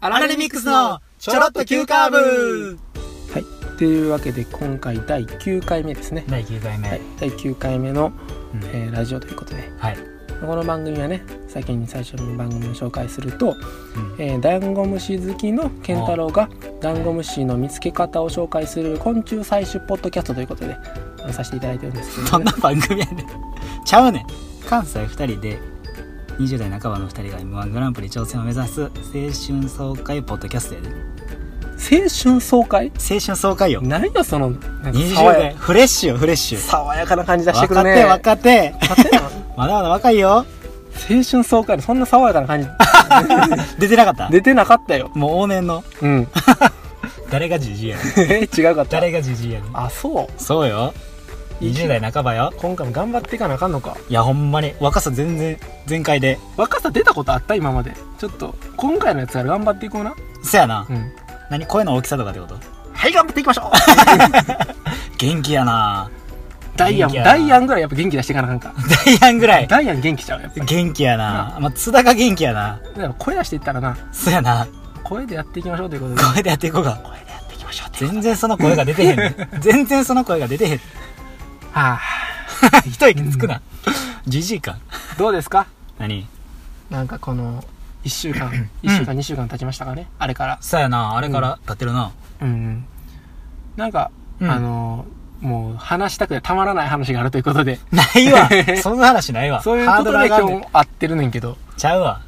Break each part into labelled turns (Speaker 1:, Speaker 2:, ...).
Speaker 1: アラレミックスのちょろっと急カーブ
Speaker 2: というわけで今回第9回目ですね、
Speaker 1: 第9回目、
Speaker 2: はい、第9回目の、
Speaker 1: うん
Speaker 2: えーラジオということで
Speaker 1: はい、
Speaker 2: この番組はね先に最初の番組を紹介すると、
Speaker 1: うん
Speaker 2: えーダンゴムシ好きのケンタロウがダンゴムシの見つけ方を紹介する昆虫採取ポッドキャストということであのさせていただいてるんですけ
Speaker 1: ど
Speaker 2: ど、
Speaker 1: ん
Speaker 2: ね、
Speaker 1: な番組やねんちゃうねん関西2人で20代半ばの2人が m 1グランプリ挑戦を目指す青春爽快ポッドキャストやで
Speaker 2: 青春爽快
Speaker 1: 青春爽快よ
Speaker 2: 何よそのなんか
Speaker 1: 20
Speaker 2: 爽
Speaker 1: 代
Speaker 2: や
Speaker 1: フレッシュよフレッシュ
Speaker 2: 爽やかな感じ出してくる
Speaker 1: 若
Speaker 2: ね
Speaker 1: 手若手
Speaker 2: 若手なの
Speaker 1: まだまだ若いよ
Speaker 2: 青春爽快のそんな爽やかな感じ
Speaker 1: 出てなかった
Speaker 2: 出てなかった よ
Speaker 1: もう往年の
Speaker 2: うん
Speaker 1: 誰がじじいやねん
Speaker 2: え違うかった
Speaker 1: 誰がじじいやねん
Speaker 2: あそう
Speaker 1: そうよ20代半ばよ
Speaker 2: 今回も頑張っていかなあかんのか
Speaker 1: いやほんまに若さ全然全開で
Speaker 2: 若さ出たことあった今までちょっと今回のやつから頑張っていこうな
Speaker 1: そやな、
Speaker 2: うん
Speaker 1: 何声の大きさとかってこと
Speaker 2: はい頑張っていきましょう
Speaker 1: 元気やな
Speaker 2: ダイア
Speaker 1: 元
Speaker 2: ン
Speaker 1: 気やな
Speaker 2: ダイアンぐらいやっぱ元気出していかなあかんか
Speaker 1: ダイアンぐらい
Speaker 2: ダイアン元気ちゃうやっぱ
Speaker 1: 元気やな、まあ、津田が元気やな
Speaker 2: だから声出していったらな
Speaker 1: そやな
Speaker 2: 声でやっていきましょうという ことで
Speaker 1: 声でやっていこうか声でやっていきましょう全然その声が出てへん、ね、 全然その声が出てへん
Speaker 2: は
Speaker 1: 一息つくなじじいか
Speaker 2: あどうですか
Speaker 1: 何
Speaker 2: なんかこの1週間1週間2週間経ちましたかねあれから
Speaker 1: そやなあれから立ってるな、
Speaker 2: うんうんなんか、
Speaker 1: うん
Speaker 2: あのもう話したくてたまらない話があるということで
Speaker 1: ない わそんな話ないわ
Speaker 2: そういうことで
Speaker 1: 上がんねん
Speaker 2: 今日会ってるねんけど
Speaker 1: ちゃうわ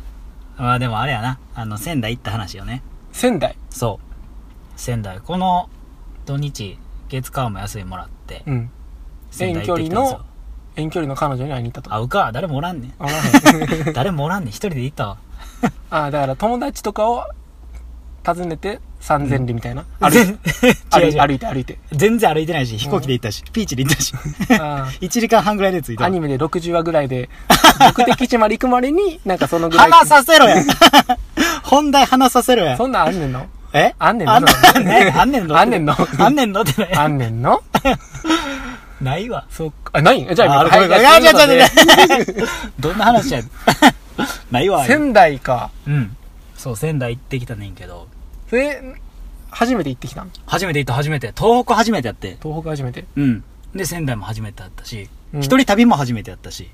Speaker 1: まあでもあれやなあの仙台行った話よね
Speaker 2: 仙台
Speaker 1: そう仙台この土日月火も休みもらって
Speaker 2: うん
Speaker 1: 仙台行ってきたんですよ
Speaker 2: 遠距離の彼女に会いに行ったと
Speaker 1: 会うか誰もおらん ね
Speaker 2: あなんか
Speaker 1: ん誰もおらんねん一人で行ったわ
Speaker 2: あだから友達とかを訪ねて三千里みたいな、歩い
Speaker 1: 全違う
Speaker 2: 歩い
Speaker 1: 違う
Speaker 2: 歩いて歩い て
Speaker 1: 全然歩いてないし飛行機で行ったし、ピーチで行 ったし
Speaker 2: あ
Speaker 1: 1時間半ぐらいで着い
Speaker 2: ーア
Speaker 1: た
Speaker 2: ニメで60話ぐらいで目的地まで行くまでに なんかそのぐらい
Speaker 1: 話させろ や本題話させろや
Speaker 2: そんなんあんねんの
Speaker 1: え
Speaker 2: あんねんの
Speaker 1: あ んあんねんあんねんの
Speaker 2: あんねんの
Speaker 1: あんねんのってない
Speaker 2: あんねんの
Speaker 1: ないわ
Speaker 2: そっかあないんじゃあ
Speaker 1: あ
Speaker 2: 今
Speaker 1: ごめんごめんあ
Speaker 2: はい
Speaker 1: 違う違う
Speaker 2: やってみよ
Speaker 1: どんな話 やないわ
Speaker 2: う 仙台か
Speaker 1: うんそう仙台行ってきたねんけど
Speaker 2: それ初めて行ってきたん
Speaker 1: 初めて行った初めて東北初めてやって
Speaker 2: 東北初めて
Speaker 1: うん。で、仙台も初めてだったし、
Speaker 2: うん
Speaker 1: 一人旅も初めてだったし、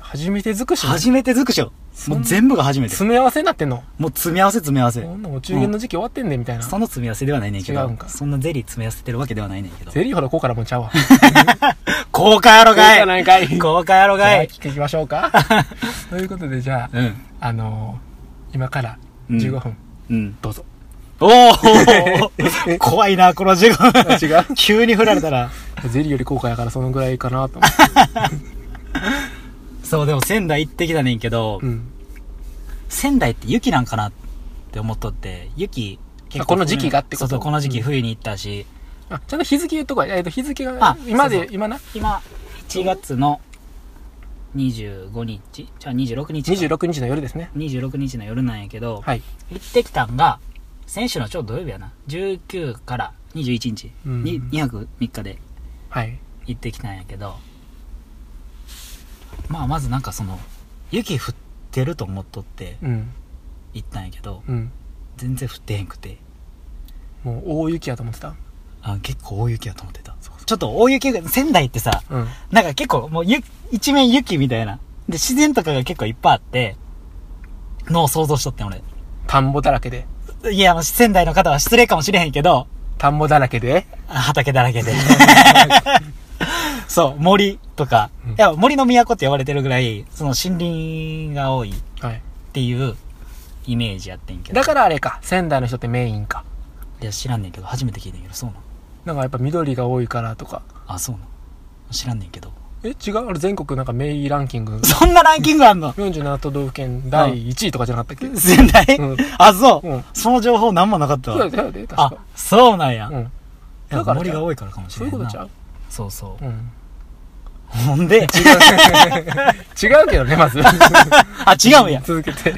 Speaker 2: 初めて尽くし
Speaker 1: 初めて尽くしよ。
Speaker 2: ん
Speaker 1: もう全部が初めて。
Speaker 2: 詰め合わせになってんの
Speaker 1: もう詰め合わせ詰め合わせ。
Speaker 2: こんなんお中元の時期終わってんねんみたいな、
Speaker 1: その詰め合わせではないねんけ
Speaker 2: 違
Speaker 1: ど
Speaker 2: うんか、
Speaker 1: そんなゼリー詰め合わせてるわけではないねんけど。
Speaker 2: ゼリーほど高価なもんちゃうわ
Speaker 1: 豪華やろ
Speaker 2: 豪華な
Speaker 1: が
Speaker 2: んかい
Speaker 1: い豪華やろ
Speaker 2: じゃあ
Speaker 1: がい
Speaker 2: 聞いていきましょ うかということでじゃあ
Speaker 1: うん。
Speaker 2: あのー今から
Speaker 1: うん
Speaker 2: 15分、
Speaker 1: うん。
Speaker 2: どうぞ
Speaker 1: おー 怖いな、この授業。
Speaker 2: あ違う
Speaker 1: 急に振られたら。
Speaker 2: ゼリーより高価やからそのぐらいかなと思って、
Speaker 1: そう、でも仙台行ってきたねんけど
Speaker 2: う、ん、
Speaker 1: 仙台って雪なんかなって思っとって、雪、結
Speaker 2: あこの時期がってこ
Speaker 1: そ
Speaker 2: と
Speaker 1: うそう、この時期冬に行ったし、
Speaker 2: あちゃんと日付言っとこい、えー、と日付が
Speaker 1: あ
Speaker 2: 今で
Speaker 1: そうそ
Speaker 2: 今な
Speaker 1: 今1月の25日じゃあ26日か
Speaker 2: 26日の夜ですね
Speaker 1: 26日の夜なんやけど、
Speaker 2: はい
Speaker 1: 行ってきたんが先週のちょうど土曜日やな19から21日
Speaker 2: うん
Speaker 1: に2泊3日で
Speaker 2: はい
Speaker 1: 行ってきたんやけどまあまずなんかその雪降ってると思っとって
Speaker 2: うん
Speaker 1: 行ったんやけど
Speaker 2: うん
Speaker 1: 全然降ってへんくて
Speaker 2: もう大雪やと思ってた
Speaker 1: あ結構大雪やと思ってたちょっと大雪が仙台ってさ
Speaker 2: うん
Speaker 1: なんか結構もうゆ一面雪みたいな。で、自然とかが結構いっぱいあって、のを想像しとってん俺。
Speaker 2: 田んぼだらけで
Speaker 1: いや、もう仙台の方は失礼かもしれへんけど、
Speaker 2: 田んぼだらけで
Speaker 1: あ畑だらけで。そう、森とか、いや森の都って呼ばれてるぐらい、その森林が多いっ
Speaker 2: はい
Speaker 1: ていうイメージやってんけど。
Speaker 2: だからあれか仙台の人ってメインか
Speaker 1: いや、知らんねんけど、初めて聞いてんけど、そうなん。
Speaker 2: なんかやっぱ緑が多いからとか
Speaker 1: あ、そうなん。知らんねんけど。
Speaker 2: え違うあれ全国なんか名医ランキング
Speaker 1: そんなランキングあんの
Speaker 2: 47都道府県第1位とかじゃなかったっけ、
Speaker 1: 仙台、
Speaker 2: うん
Speaker 1: あ、そう、
Speaker 2: うん
Speaker 1: その情報なんもなかった
Speaker 2: そう
Speaker 1: わ。
Speaker 2: だよね確
Speaker 1: あ
Speaker 2: か、
Speaker 1: そうなんや。
Speaker 2: うん
Speaker 1: いや
Speaker 2: だから
Speaker 1: 森が多いからかもし
Speaker 2: そう
Speaker 1: れ
Speaker 2: いう
Speaker 1: な
Speaker 2: こ
Speaker 1: い
Speaker 2: と
Speaker 1: な
Speaker 2: ちゃう
Speaker 1: そうそう
Speaker 2: うん
Speaker 1: ほん で
Speaker 2: 違うけどね、まず。
Speaker 1: あ違うんや
Speaker 2: 続 けて。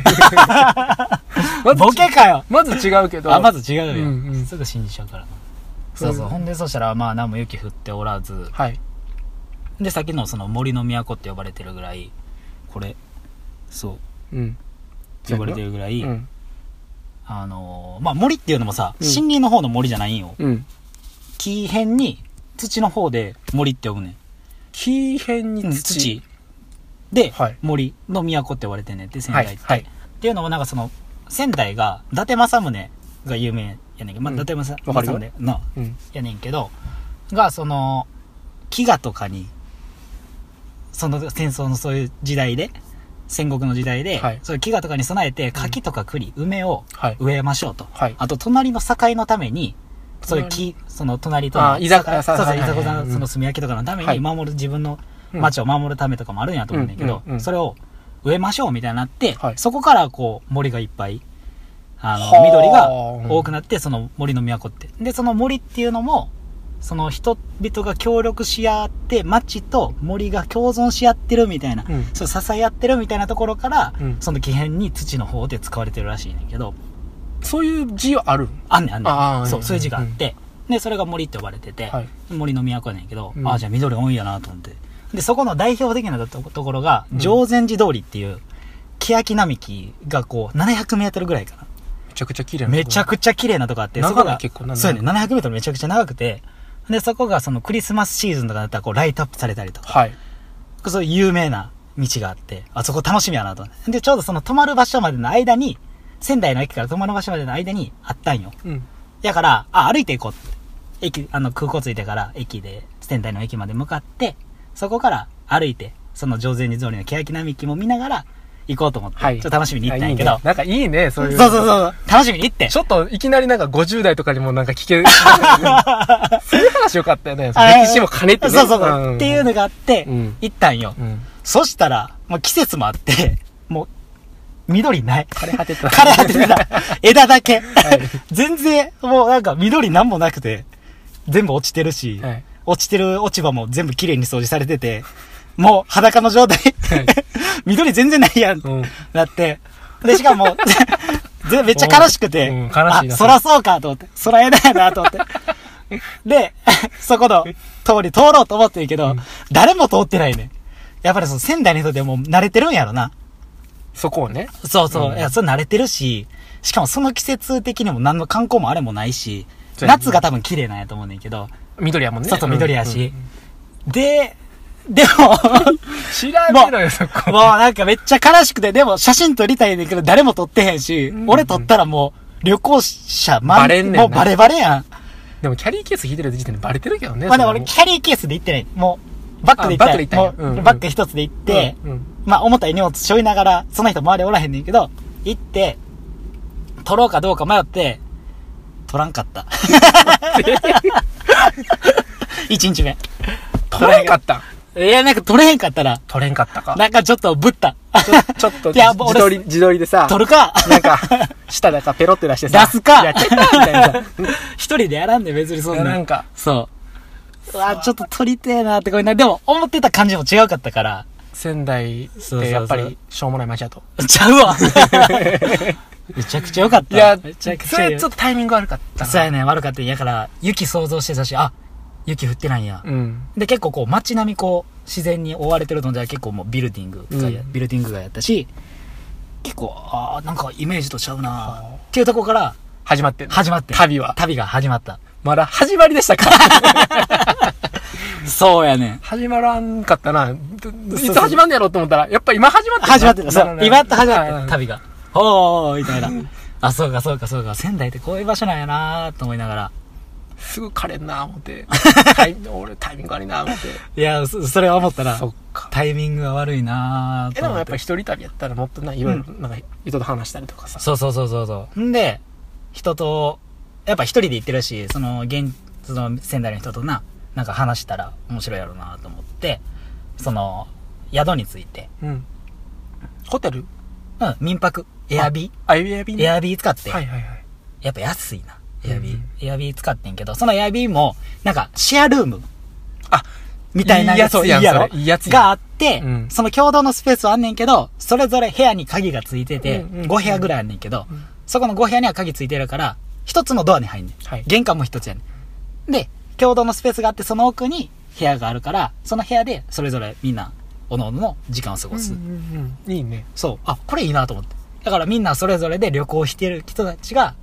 Speaker 2: まず
Speaker 1: ボケかよ
Speaker 2: まず違うけど。
Speaker 1: あまず違うよ、
Speaker 2: うんうん
Speaker 1: すぐ信じちゃうからな
Speaker 2: そ
Speaker 1: そううそうほんでそしたらまあ何も雪降っておらず
Speaker 2: はい。
Speaker 1: でさっきのその森の都って呼ばれてるぐらいこれそう
Speaker 2: うん。
Speaker 1: 呼ばれてるぐらい、
Speaker 2: うん。
Speaker 1: あのーまあ、森っていうのもさ、
Speaker 2: うん
Speaker 1: 森林の方の森じゃないんよ。
Speaker 2: うん
Speaker 1: 木辺に土の方で森って呼ぶねん。
Speaker 2: 木辺に
Speaker 1: うん
Speaker 2: 土,、
Speaker 1: 土。で、
Speaker 2: はい
Speaker 1: 森の都って呼ばれてんねんって仙
Speaker 2: は
Speaker 1: 台っ
Speaker 2: い
Speaker 1: て。
Speaker 2: はい
Speaker 1: っていうのもなんかその、仙台が、伊達政宗が有名やねんけど、まあ、
Speaker 2: う
Speaker 1: 伊
Speaker 2: ん
Speaker 1: 達政
Speaker 2: わかるよ
Speaker 1: 政宗の、
Speaker 2: うん
Speaker 1: やねんけど、が、その、飢餓とかに、その戦争のそういう時代で、戦国の時代で、
Speaker 2: はい
Speaker 1: そういう飢餓とかに備えて、柿とか栗、梅を
Speaker 2: はい
Speaker 1: 植えましょうと。
Speaker 2: はい
Speaker 1: あと、隣の境のために、そういう木、その隣との、
Speaker 2: あ居酒屋さん
Speaker 1: そうそう、
Speaker 2: はい
Speaker 1: 居
Speaker 2: はいはい
Speaker 1: 酒屋さん
Speaker 2: うん
Speaker 1: のその炭焼きとかのため
Speaker 2: は
Speaker 1: に
Speaker 2: い
Speaker 1: 守る、自分の
Speaker 2: うん
Speaker 1: 町を守るためとかもあるんやと思うんだけど、
Speaker 2: うんうんうん
Speaker 1: それを植えましょうみたいになって、
Speaker 2: はい
Speaker 1: そこからこう森がいっぱい、あ
Speaker 2: はあ
Speaker 1: の、緑が多くなって、その森の都って。で、その森っていうのも、その人々が協力し合って、町と森が共存し合ってるみたいな、
Speaker 2: うん
Speaker 1: そう支え合ってるみたいなところから、
Speaker 2: うん
Speaker 1: その木片に土の方で使われてるらしいねんけど、
Speaker 2: そういう字はある
Speaker 1: あんねんあんね
Speaker 2: ああ
Speaker 1: ん。そ
Speaker 2: うん
Speaker 1: う、そういう字があって、で、それが森って呼ばれてて、
Speaker 2: はい
Speaker 1: 森の都やねんけど、
Speaker 2: うん
Speaker 1: ああ、じゃあ緑多いやなと思って。で、そこの代表的なとところが、
Speaker 2: うん
Speaker 1: 常禅寺通りっていう、欅並木がこう、700メートルぐらいかな。
Speaker 2: めちゃくちゃ綺麗な
Speaker 1: めちゃ
Speaker 2: く
Speaker 1: くちゃ綺麗なとこあって、
Speaker 2: 長い
Speaker 1: そこが、
Speaker 2: 結構な
Speaker 1: そうやね、700メートルめちゃくちゃ長くて、で、そこがそのクリスマスシーズンとかだったらこう、ライトアップされたりとか、
Speaker 2: はい
Speaker 1: そういう有名な道があって、あそこ楽しみやなと思って。で、ちょうどその泊まる場所までの間に、仙台の駅から泊まる場所までの間にあったんよ。
Speaker 2: うん
Speaker 1: やから、あ、歩いて行こうって。駅、あの、空港着いてから、駅で、仙台の駅まで向かって、そこから歩いて、その上禅寺通りの欅並木も見ながら、行こうと思って、
Speaker 2: はい
Speaker 1: ちょっと楽しみに行ったんやけ
Speaker 2: あいい
Speaker 1: ど
Speaker 2: ね、なんかいいねそういう
Speaker 1: そうそうそう、楽しみに行って。
Speaker 2: ちょっといきなりなんか50代とかにもなんか 聞けるそういう話よかったよね歴
Speaker 1: あ
Speaker 2: 史も兼ねてね
Speaker 1: そうそうそう。っていうのがあって
Speaker 2: うん、
Speaker 1: 行ったんよ
Speaker 2: う。ん
Speaker 1: そしたら、もう季節もあって、もう、緑ない。枯
Speaker 2: れ果てた
Speaker 1: 枯れ果てて た。枝だけ。全然、もうなんか緑なんもなくて、全部落ちてるし、
Speaker 2: はい
Speaker 1: 落ちてる落ち葉も全部綺麗に掃除されてて、もう裸の状態。
Speaker 2: い
Speaker 1: 緑全然ないやん。
Speaker 2: うん
Speaker 1: なって。で、しかも、 ぜめっちゃ悲しくて、
Speaker 2: うんうん悲しいな
Speaker 1: あ、そらそうかと思って、そらえないな と思って。で、 そこの通り通ろうと思ってるけど、誰も通ってないねん。やっぱりその仙台の人でもう慣れてるんやろな。
Speaker 2: そこをね
Speaker 1: そうそう。
Speaker 2: うん
Speaker 1: いや、それ慣れてるし、しかもその季節的にも何の観光もあれもないし、
Speaker 2: そうやね
Speaker 1: 夏が多分綺麗なんやと思うねんけど、
Speaker 2: 緑やもんね
Speaker 1: 外緑やし
Speaker 2: うん。
Speaker 1: で、で も、
Speaker 2: 調べろよそこ
Speaker 1: もうなんかめっちゃ悲しくて、でも写真撮りたいねんだけど誰も撮ってへんし
Speaker 2: う、ん
Speaker 1: 俺撮ったらもう旅行者満
Speaker 2: バレんねんな
Speaker 1: もうバレバレやん。
Speaker 2: でもキャリーケース引いてる時点でバレてるけどね
Speaker 1: まあでも
Speaker 2: そ
Speaker 1: 俺
Speaker 2: れも
Speaker 1: キャリーケースで行ってない。もうバッグで行った
Speaker 2: あバッグで行ったんや
Speaker 1: もう
Speaker 2: うん
Speaker 1: バッグ一つで行って、
Speaker 2: うんうん
Speaker 1: まあ重たい荷物背負いながら、その人周りおらへんねんけど、行って、撮ろうかどうか迷って、撮らんか った。 一日目。
Speaker 2: 取れんかった
Speaker 1: いや、なんか撮れへんかったら、
Speaker 2: 取れんかったか
Speaker 1: なんかちょっとぶった。
Speaker 2: ちょっと
Speaker 1: いやもう
Speaker 2: 自撮り自撮りでさ
Speaker 1: 撮るか
Speaker 2: なんか舌だかペロって出してさ
Speaker 1: 出すか
Speaker 2: やってたみたいなさ
Speaker 1: 一人でやらんで別にそんな。
Speaker 2: なんか
Speaker 1: そう。うわ、ちょっと撮りてえなってこれな。でも、思ってた感じも違うかったから。
Speaker 2: 仙台
Speaker 1: そうそう
Speaker 2: っ
Speaker 1: そ
Speaker 2: て
Speaker 1: う
Speaker 2: やっぱりしょうもない街だと
Speaker 1: ちゃう わ。めちゃくちゃ良かった。
Speaker 2: いや
Speaker 1: めちゃくち
Speaker 2: そ
Speaker 1: ゃ
Speaker 2: れ
Speaker 1: 良
Speaker 2: ちょっとタイミング悪かったな
Speaker 1: そうやねん悪かった。やから、雪想像してたし、あ、雪降ってないんや。
Speaker 2: うん
Speaker 1: で、結構こう、街並みこう、自然に覆われてるのじゃ、結構もうビルディングがや、
Speaker 2: うん
Speaker 1: ビルディングがやったし、結構、あーなんかイメージとちゃうな
Speaker 2: あー
Speaker 1: っていうとこから
Speaker 2: 始まってんの
Speaker 1: 始まってん。
Speaker 2: 旅は
Speaker 1: 旅が始まった。
Speaker 2: まだ始まりでしたか
Speaker 1: そうやねん。
Speaker 2: 始まらんかったなどどい
Speaker 1: そう
Speaker 2: つ始まんのやろうと思ったらやっぱ今始まって
Speaker 1: 始まってる。そう。今やっと始まって
Speaker 2: る
Speaker 1: る、旅が。おー、みたいな。あ、そうか、そうか、そうか。仙台ってこういう場所なんやなーと思いながら。
Speaker 2: すぐ枯れんな思って タイミング俺タイミング悪いな思って
Speaker 1: いや、そそれは思ったら
Speaker 2: そ、っか
Speaker 1: タイミングが悪いなー
Speaker 2: え
Speaker 1: と
Speaker 2: で
Speaker 1: 思
Speaker 2: も
Speaker 1: っ
Speaker 2: や
Speaker 1: て。
Speaker 2: っぱり一人旅やったらもっとないろいろなんか人と話したりとかさ
Speaker 1: そうそうそうそうそう。んで、人と、やっぱ一人で行ってるし、その、現、その、仙台の人とな、なんか話したら面白いやろうなと思って、その、宿について、
Speaker 2: うんホテル
Speaker 1: うん、民泊、エアビ
Speaker 2: あ Airbnb
Speaker 1: ー、エアビー使って、
Speaker 2: はいはいはい
Speaker 1: やっぱ安いな。
Speaker 2: うん
Speaker 1: エアビー、エアビー使ってんけど、そのエアビーも、なんか、シェアルーム
Speaker 2: あ
Speaker 1: みたいな
Speaker 2: やつやん
Speaker 1: ろ
Speaker 2: それいいやつやん
Speaker 1: があって、
Speaker 2: うん
Speaker 1: その共同のスペースはあんねんけど、それぞれ部屋に鍵がついてて、
Speaker 2: うんうんうん
Speaker 1: 5部屋ぐらいあんねんけど、そこの5部屋には鍵ついてるから、一つのドアに入んねん。
Speaker 2: はい
Speaker 1: 玄関も一つやねん。で、共同のスペースがあって、その奥に部屋があるから、その部屋でそれぞれみんな、おのの時間を過ごす。
Speaker 2: うんうんうんいいね
Speaker 1: そう。あ、これいいなと思って。だからみんなそれぞれで旅行してる人たちが、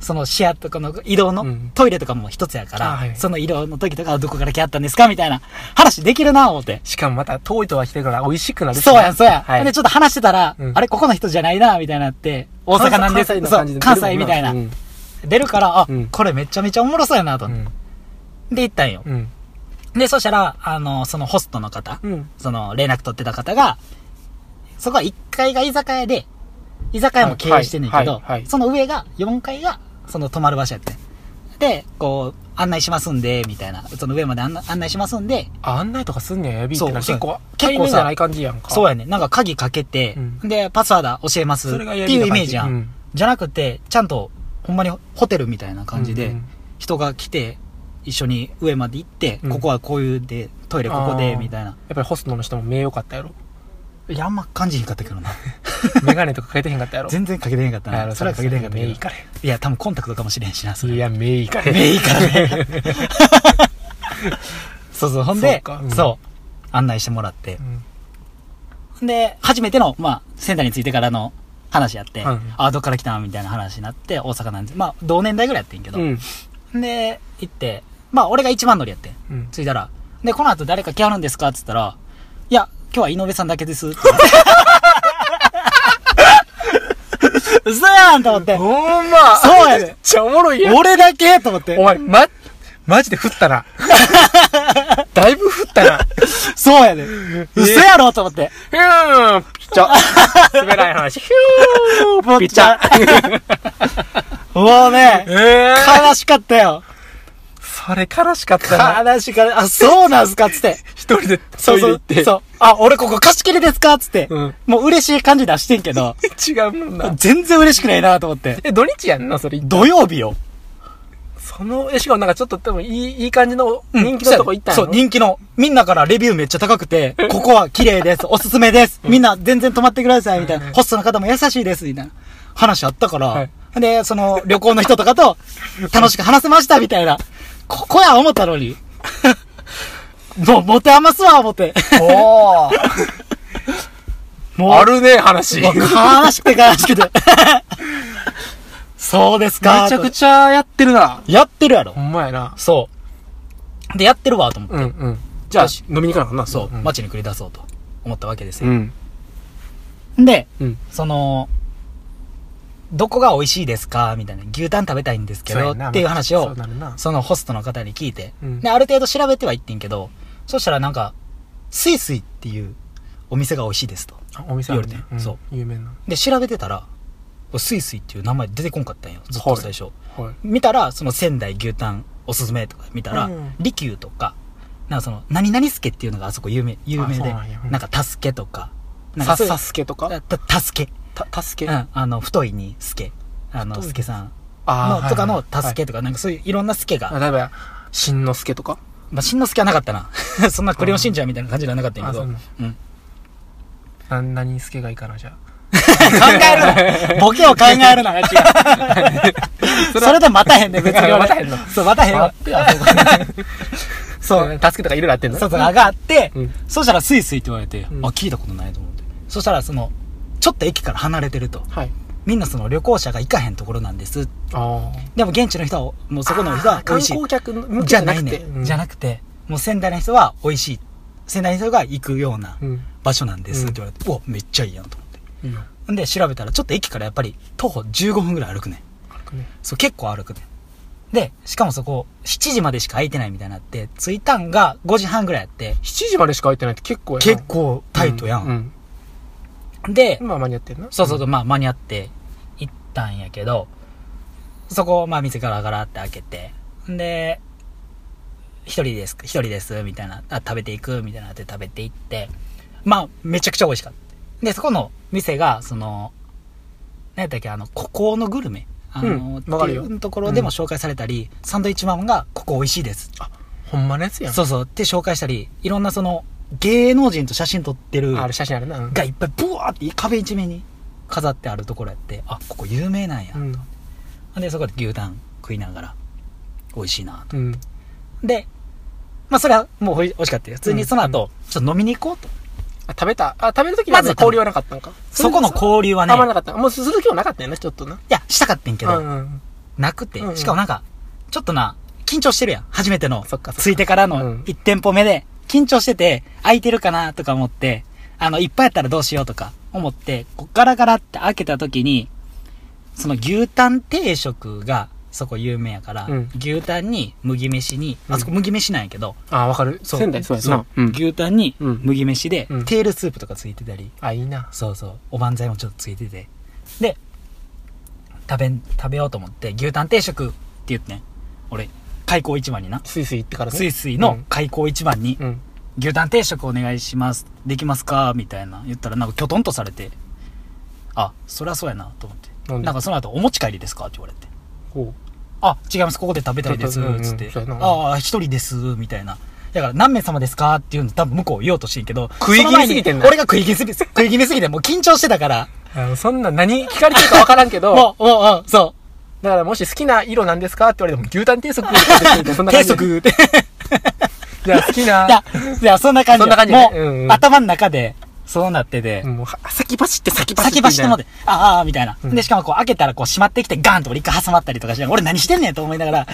Speaker 1: そのシェアとかの移動の、
Speaker 2: うん
Speaker 1: トイレとかも一つやから、
Speaker 2: あはい
Speaker 1: その移動の時とかはどこから来はったんですかみ たいな話できるな思って。
Speaker 2: しかもまた遠いとは来てるから美味しくなるし
Speaker 1: そうやん、そうやん。
Speaker 2: はい、
Speaker 1: で、ちょっと話してたら、
Speaker 2: うん
Speaker 1: あれ、ここの人じゃないな、みたいになって、大阪なんです
Speaker 2: 関西の感じで
Speaker 1: そう関西みたいな、
Speaker 2: うん
Speaker 1: 出るから、あ、
Speaker 2: うん
Speaker 1: これめちゃめちゃおもろそうやな、と。
Speaker 2: うん
Speaker 1: で、行ったんよ。
Speaker 2: うん
Speaker 1: で、そしたら、あの、そのホストの方、
Speaker 2: うん
Speaker 1: その、連絡取ってた方が、そこは1階が居酒屋で、居酒屋も経営してんねんけど、
Speaker 2: はいはいはい
Speaker 1: その上が、4階が、その泊まる場所やってん。で、こう、案内しますんで、みたいな。その上まで案内案内しますんで、
Speaker 2: あ案内とかすんねんエビって
Speaker 1: そう
Speaker 2: な結構
Speaker 1: そう
Speaker 2: 結構じゃない感じやんか
Speaker 1: そうやねん。なんか鍵かけて、
Speaker 2: う
Speaker 1: で、パスワード教えます。っ
Speaker 2: そ
Speaker 1: て
Speaker 2: れが Airbnb
Speaker 1: いうイメージやん。
Speaker 2: うん
Speaker 1: じゃなくて、ちゃんと、ほんまにホテルみたいな感じ
Speaker 2: うんう
Speaker 1: で
Speaker 2: ん、
Speaker 1: 人が来て、一緒に上まで行って、
Speaker 2: うん
Speaker 1: ここはこういうで、トイレここ
Speaker 2: あ
Speaker 1: で、
Speaker 2: ー
Speaker 1: みたいな。
Speaker 2: やっぱりホストの人も目良かった やろ
Speaker 1: いや、あんま感じひんかったけどな。
Speaker 2: メガネとかかけてへんかったやろ
Speaker 1: 全然かけてへんかった
Speaker 2: あ
Speaker 1: な。
Speaker 2: の
Speaker 1: それはかけてへんかったけ
Speaker 2: 目
Speaker 1: ど。
Speaker 2: いいか
Speaker 1: いや、多分コンタクトかもしれんしな、そ
Speaker 2: ら
Speaker 1: れ。
Speaker 2: いや目いいから
Speaker 1: 目いいからね。 そうそう、ほん
Speaker 2: そう
Speaker 1: で
Speaker 2: かうん、
Speaker 1: そう、案内してもらって
Speaker 2: う。ん
Speaker 1: で、初めての、まあ、センターについてからの話やって、
Speaker 2: うん
Speaker 1: あ、どっから来たんみたいな話になって、大阪なんです。まあ、同年代ぐらいやってんけど。
Speaker 2: うん
Speaker 1: で、行って、まあ、俺が一番乗りやってん。
Speaker 2: うん
Speaker 1: 着いたら、で、この後誰か来はるんですかって言ったら、いや、今日は井上さんだけです って。嘘やんと思って。
Speaker 2: ほんま
Speaker 1: そうやねん
Speaker 2: めっちゃおもろいやん
Speaker 1: 俺だけと思って
Speaker 2: お。前、ま、マジで降った な。だいぶ降ったな。
Speaker 1: そうやで。嘘やろと思って。
Speaker 2: ヒューンピッチャ滑らない話。ヒューンピッチャ
Speaker 1: もうね、
Speaker 2: え
Speaker 1: 悲しかったよ。
Speaker 2: それ悲しかったな。
Speaker 1: 悲しかった。あ、そうなんすかっつって。
Speaker 2: 一人で
Speaker 1: そう
Speaker 2: トイレ
Speaker 1: そ
Speaker 2: 行っ
Speaker 1: う
Speaker 2: て。。
Speaker 1: そう。あ、俺ここ貸し切りですかっつって。
Speaker 2: うん
Speaker 1: もう嬉しい感じ出してんけ ど、
Speaker 2: 違うもんな。
Speaker 1: 全然嬉しくないなと思って。
Speaker 2: え、土日やんな、それ。
Speaker 1: 土曜日よ。
Speaker 2: その、え、しかもなんかちょっと多分いい、いい感じの
Speaker 1: うん
Speaker 2: 人気のとこ行ったんや
Speaker 1: そう、人気の。みんなからレビューめっちゃ高く て、ここは綺麗です。おすすめです。みんな全然泊まってください。みたいな。ホストの方も優しいです。みたいな話あったから。
Speaker 2: はい
Speaker 1: で、その旅行の人とかと楽しく話せました。みたいな。ここや思ったの に。もう、持て余すわ、思って。
Speaker 2: お
Speaker 1: もう、
Speaker 2: あるね、話。
Speaker 1: もう悲しくて悲しくて。 そうですか。
Speaker 2: めちゃく
Speaker 1: ち
Speaker 2: ちゃやってるな。
Speaker 1: ゃ。やってるやろ
Speaker 2: ほ。んまやな。
Speaker 1: そう。で、やってるわ、と思って。
Speaker 2: うんうん。じゃあ、飲みに行かなあかんな。
Speaker 1: そう、
Speaker 2: ん
Speaker 1: 街に繰り出そうと思ったわけです
Speaker 2: う
Speaker 1: よ。
Speaker 2: ん。
Speaker 1: で、
Speaker 2: うん。
Speaker 1: その、どこが美味しいですかみたいな。牛タン食べたいんですけ
Speaker 2: そう
Speaker 1: ど、
Speaker 2: やな
Speaker 1: っていう話
Speaker 2: そ
Speaker 1: を
Speaker 2: うなる、な
Speaker 1: そのホストの方に聞いて、
Speaker 2: うん
Speaker 1: で、ある程度調べてはいってんけど、そしたらなんか、スイスイっていうお店が美味しいですと。
Speaker 2: あお店あるね
Speaker 1: 夜ね。そう
Speaker 2: うん。有名な。
Speaker 1: で、調べてたら、スイスイっていう名前出てこんかったんよ。ずっと最初。
Speaker 2: はい。
Speaker 1: 見たら、その仙台牛タンおすすめとか見たら、
Speaker 2: うん
Speaker 1: 利休とか、なんかその、何々助っていうのがあそこ有名、有名
Speaker 2: あそう
Speaker 1: で、
Speaker 2: なんやうん
Speaker 1: なんか助けとか、なん
Speaker 2: さ、
Speaker 1: かそういう
Speaker 2: さすけとか
Speaker 1: た、た助け。
Speaker 2: た、すけ
Speaker 1: うん、あの、太いに助。あの、
Speaker 2: 太い
Speaker 1: 助さん
Speaker 2: あ
Speaker 1: の、とかの助
Speaker 2: け。
Speaker 1: けとか、なんかそういういろんな助
Speaker 2: あ、
Speaker 1: が、
Speaker 2: 例えば、しんのすけとか。
Speaker 1: まあ、しんのすけはなかったな。 そんなクレヨンしんちゃんみたいな感じではなかったんやけど、
Speaker 2: あ
Speaker 1: う
Speaker 2: そうん な。な、何すけがいいかな、じゃ
Speaker 1: 考え るなボケを考えるな、違う。それで待たへんね、別に俺。
Speaker 2: 待たへんの
Speaker 1: そう、待たへんわ。
Speaker 2: あ。
Speaker 1: そう。
Speaker 2: たすけとかいろいろあってんの
Speaker 1: そうそう、上がって、
Speaker 2: うん
Speaker 1: そしたらスイスイって言われて、
Speaker 2: うん
Speaker 1: あ、聞いたことないと思って。そしたら、その、ちょっと駅から離れてると。
Speaker 2: はい。
Speaker 1: みんなその旅行者が行かへんところなんです。
Speaker 2: あ
Speaker 1: でも現地の人は、もうそこの人は美
Speaker 2: 観
Speaker 1: 味しい
Speaker 2: 光。客の向け
Speaker 1: じゃないね、
Speaker 2: うん
Speaker 1: じゃなくて、もう仙台の人は美味しい。仙台の人が行くような
Speaker 2: うん。
Speaker 1: 場所なんですって言われて、うわ、めっちゃいいやんと思って。
Speaker 2: いいよ。
Speaker 1: んで、調べたら、ちょっと駅からやっぱり徒歩15分ぐらい歩くねん。
Speaker 2: あるかね。
Speaker 1: そう、結構歩くねん。で、しかもそこ、7時までしか空いてないみたいになって、着いたんが5時半ぐらいやって、
Speaker 2: 7時までしか空いてないって結構やな
Speaker 1: 結構タイトやん。
Speaker 2: うん。
Speaker 1: で、
Speaker 2: 今間に合ってんな。
Speaker 1: そうそうそうう、まあ間に合って行ったんやけど、そこをまあ店からガラって開けて、んで、一人です、一人です、みたいな、あ、食べていく、みたいなって食べていって、まあ、めちゃくちゃ美味しかった。で、そこの店が、その、何やったっけ、あの、孤高のグルメ。あ
Speaker 2: うん
Speaker 1: の、
Speaker 2: わか
Speaker 1: って
Speaker 2: る
Speaker 1: い
Speaker 2: よ
Speaker 1: うところでも紹介されたり、サンドイッチマンが、ここ美味しいです。
Speaker 2: ん。ほんまのやつやん。
Speaker 1: そうそう、って紹介したり、いろんなその、芸能人と写真撮ってる、
Speaker 2: ある写真あるな。うん
Speaker 1: がいっぱいブワーって壁一面に飾ってあるところやってあここ有名なんや
Speaker 2: う、ん。
Speaker 1: でそこで牛タン食いながら美味しいなと
Speaker 2: うん。
Speaker 1: でまあそれはもうおい美味しかったよ普通にその後、ちょっと飲みに行こうと
Speaker 2: ああ食べた。あ、食べるときまず
Speaker 1: まず食べ
Speaker 2: 交流はなかったのか。
Speaker 1: そこの交流はね
Speaker 2: あんまなかった。もうする気はなかったよね、ちょっとな。
Speaker 1: いや、したかってんけど、
Speaker 2: うんうん。
Speaker 1: なくて、
Speaker 2: うんうん
Speaker 1: しかもなんか、ちょっとな、緊張してるやん。初めての
Speaker 2: そっかそっ、か
Speaker 1: ついてから
Speaker 2: う
Speaker 1: の
Speaker 2: ん
Speaker 1: 1店舗目で、緊張してて、空いてるかなとか思って、あの、いっぱいやったらどうしようとか思って、こうガラガラって開けた時に、その牛タン定食が、そこ有名やから、
Speaker 2: うん
Speaker 1: 牛タンに麦飯に、
Speaker 2: うん
Speaker 1: あそこ麦飯なんやけど、
Speaker 2: あ、わかる。仙台そうやな。うん
Speaker 1: 牛タンに
Speaker 2: うん
Speaker 1: 麦飯で、
Speaker 2: うん
Speaker 1: テールスープとかついてたり、
Speaker 2: あ、いいな。
Speaker 1: そうそう。おばんざいもちょっとついてて。で、食べん、食べようと思って、牛タン定食って言ってね。俺、開口一番にな。
Speaker 2: スイスイ行ってからね。
Speaker 1: スイスイの開口一番に
Speaker 2: う、ん。うん。
Speaker 1: 牛タン定食お願いします。できますかみたいな。言ったらなんかキョトンとされて、あ、そりゃそうやな、と思って。な
Speaker 2: な
Speaker 1: んん
Speaker 2: で
Speaker 1: かその後、お持ち帰りですかって言われて。
Speaker 2: ほ
Speaker 1: あ、違います、ここで食べたいです、
Speaker 2: ちょっとうん
Speaker 1: つって
Speaker 2: うんそうや。な
Speaker 1: ああ、一人です、みたいな。だから、何名様ですかっていうの多分向こう言おうとしてんけど、
Speaker 2: 食い気味すぎてんな
Speaker 1: その前に俺が食い気味すぎ、食い気味すぎて、もう緊張してたから、
Speaker 2: う。あの、そんな何聞かれてるかわからんけど、
Speaker 1: もう、もう、うん、そ
Speaker 2: だからもし好きな色なんですかって言われても、牛タン定食って言ってくれてそ
Speaker 1: う。
Speaker 2: んな感
Speaker 1: 低
Speaker 2: じ。
Speaker 1: 速 って。い
Speaker 2: じゃあ好きな。
Speaker 1: や、いや、そんな感じ。
Speaker 2: そんな感じね
Speaker 1: もう、
Speaker 2: うんうん
Speaker 1: 頭の中で、そうなってて、
Speaker 2: もうは、先走って先走って。
Speaker 1: 先走ってまで、ああ、ああみたいな。
Speaker 2: うん
Speaker 1: で、しかもこう開けたらこう閉まってきて、ガーンと俺一回挟まったりとかしながら、俺何してんねんと思いながら、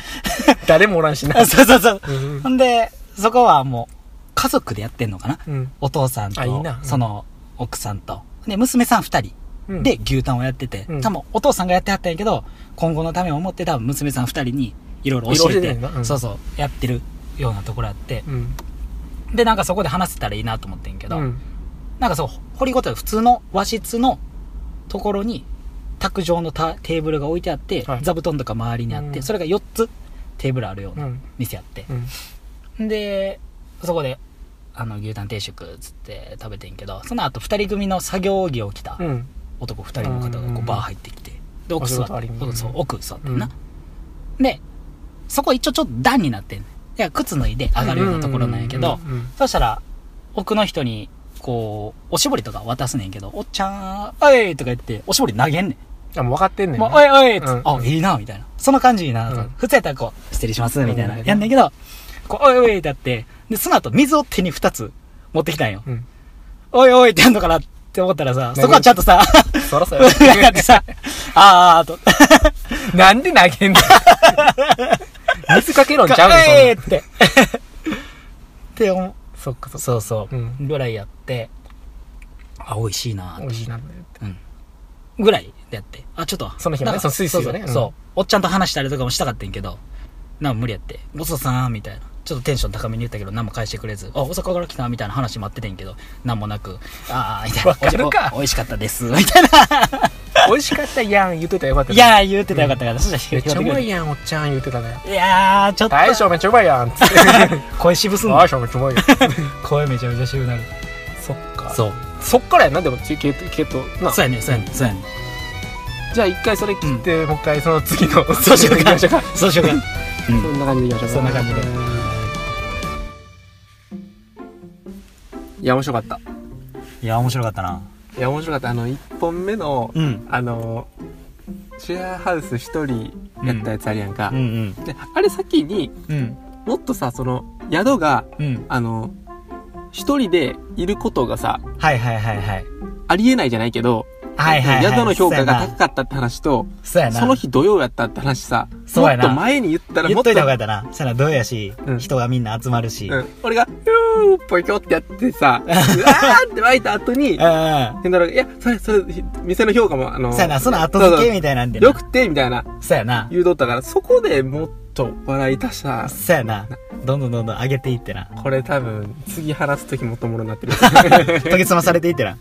Speaker 2: 誰もおらんし な。
Speaker 1: そうそうそう
Speaker 2: うんうん。
Speaker 1: ほんで、そこはもう、家族でやってんのかな
Speaker 2: うん。
Speaker 1: お父さんと
Speaker 2: あいいなうん
Speaker 1: その奥さんとで娘さん2人
Speaker 2: うん
Speaker 1: で、牛タンをやってて、
Speaker 2: うん
Speaker 1: 多分お父さんがやってはったんやけど今後のためを思って多分娘さん2人にいろいろ教え
Speaker 2: いろいろ教えて
Speaker 1: て
Speaker 2: んねんなうん
Speaker 1: そうそうやってるようなところあって
Speaker 2: うん。
Speaker 1: でなんかそこで話せたらいいなと思ってんけど、
Speaker 2: うん。
Speaker 1: なんかそう掘りごと普通の和室のところに卓上のたテーブルが置いてあって、
Speaker 2: はい
Speaker 1: 座布団とか周りにあって、
Speaker 2: うん
Speaker 1: それが4つテーブルあるよう
Speaker 2: う。
Speaker 1: なん店あって、
Speaker 2: うん。
Speaker 1: でそこであの牛タン定食っつって食べてんけどその後二人組の作業着を着た
Speaker 2: うん。
Speaker 1: 男二人の方が
Speaker 2: うんうん
Speaker 1: こ
Speaker 2: う
Speaker 1: うんバー入ってきてで奥
Speaker 2: お仕
Speaker 1: 座
Speaker 2: 事
Speaker 1: って
Speaker 2: ありに
Speaker 1: そうそう
Speaker 2: うん
Speaker 1: 奥座ってんな、でそこ一応ちょっと段になってんねいや靴脱いで上がるようなところなんやけど、
Speaker 2: うんうんうんうん
Speaker 1: そしたら奥の人にこうおしぼりとか渡すねんけど「おっちゃんおい!」とか言っておしぼり投げんねん
Speaker 2: あ、もう分かってんねん
Speaker 1: も
Speaker 2: な。
Speaker 1: う、おいおいっつ
Speaker 2: うん
Speaker 1: あ、いいな、みたいな。その感じいいな、
Speaker 2: うん
Speaker 1: 普通やったらこう、失礼します、みたいな。
Speaker 2: うん
Speaker 1: やんねんけど、こう、おいおいってやって、で、その後水を手に二つ持ってきたんよ。
Speaker 2: うん。
Speaker 1: おいおいってやんのかなって思ったらさ、
Speaker 2: 何
Speaker 1: そこはちゃんとさ、
Speaker 2: そらそら。
Speaker 1: やってさ、あーあーと、
Speaker 2: なんで投 げんの水かけろんちゃう
Speaker 1: おい
Speaker 2: の
Speaker 1: って。って思う。
Speaker 2: そんなそっかそっか。
Speaker 1: そうそう。
Speaker 2: うん
Speaker 1: ぐらいやって、あ、美味しいな
Speaker 2: 美
Speaker 1: と
Speaker 2: 味しいなって言って。
Speaker 1: うん。ぐらいでやって。あ、ちょっと。
Speaker 2: その日
Speaker 1: な
Speaker 2: はね
Speaker 1: んか
Speaker 2: そのスイスイはね
Speaker 1: そう
Speaker 2: うん
Speaker 1: そうそうおっちゃんと話したりとかもしたかったんけど、なんか無理やって。ごちそうさん、みたいな。ちょっとテンション高めに言ったけど、何も返してくれず、あ、大阪から来た、みたいな話待っててんけど、何もなく、ああ、みたいな。
Speaker 2: わかるか
Speaker 1: おお美味しかったです、みたいな。
Speaker 2: 美味しかったやん言ってたらよかった。
Speaker 1: い、やー、言うてたらよかったから、そした
Speaker 2: め
Speaker 1: ら
Speaker 2: っちゃうまい
Speaker 1: い
Speaker 2: やん、おっちゃん言ってたね。
Speaker 1: やー、ちょっと、
Speaker 2: 大将めっちゃうま いやん。つって
Speaker 1: 声渋すんの
Speaker 2: 大。将めっちゃうまいやん。
Speaker 1: 声めちゃめちゃ渋なる。
Speaker 2: そっか。
Speaker 1: そう。
Speaker 2: そっからやんな、でも、系統、系統。な
Speaker 1: そうやね、そうやね、そうやね。
Speaker 2: じゃあ一回それ切って、もう一回その次の。
Speaker 1: そうしようか
Speaker 2: 行きましょか。
Speaker 1: そうしようか。うん
Speaker 2: そんな感じでいきましょうか。
Speaker 1: そんな感じで
Speaker 2: いや、面白かった。
Speaker 1: いや、面白かったな。
Speaker 2: いや、面白かった。あの、一本目の、
Speaker 1: うん。
Speaker 2: あの、シェアハウス一人やったやつあるやんか。
Speaker 1: うん
Speaker 2: であれ先に、
Speaker 1: うん。うん。
Speaker 2: もっとさ、その、宿が、
Speaker 1: うん。
Speaker 2: あの、一人でいることがさ、
Speaker 1: はいはいはいはい。
Speaker 2: ありえないじゃないけど、
Speaker 1: はいはいはい。
Speaker 2: 宿の評価が
Speaker 1: そうやな
Speaker 2: 高かったって話と、
Speaker 1: そうやな。
Speaker 2: その日土曜やったって話さ、
Speaker 1: そ
Speaker 2: も
Speaker 1: うや
Speaker 2: っ
Speaker 1: な
Speaker 2: と前に言ったら
Speaker 1: 言
Speaker 2: も
Speaker 1: っ
Speaker 2: っと
Speaker 1: といた方がやったな。そしたらどうやし、
Speaker 2: うん
Speaker 1: 人がみんな集まるし。うん。
Speaker 2: う
Speaker 1: うん。
Speaker 2: ん、俺が、ひょーぽいきょってやっ てさ、うわーって湧いた後に、ケンタロウが、いや、それ、それ、店の評価も、あの、
Speaker 1: そうやな、その後付けみたいなんでな
Speaker 2: よ。くて、みたいな、
Speaker 1: そうやな。
Speaker 2: 言うとったから、そこでもっと笑い足した。
Speaker 1: そうやな。どんどんどんどん上げていってな。
Speaker 2: これ多分、次話すときもっともろになってる。
Speaker 1: 研ぎ澄まされていってな。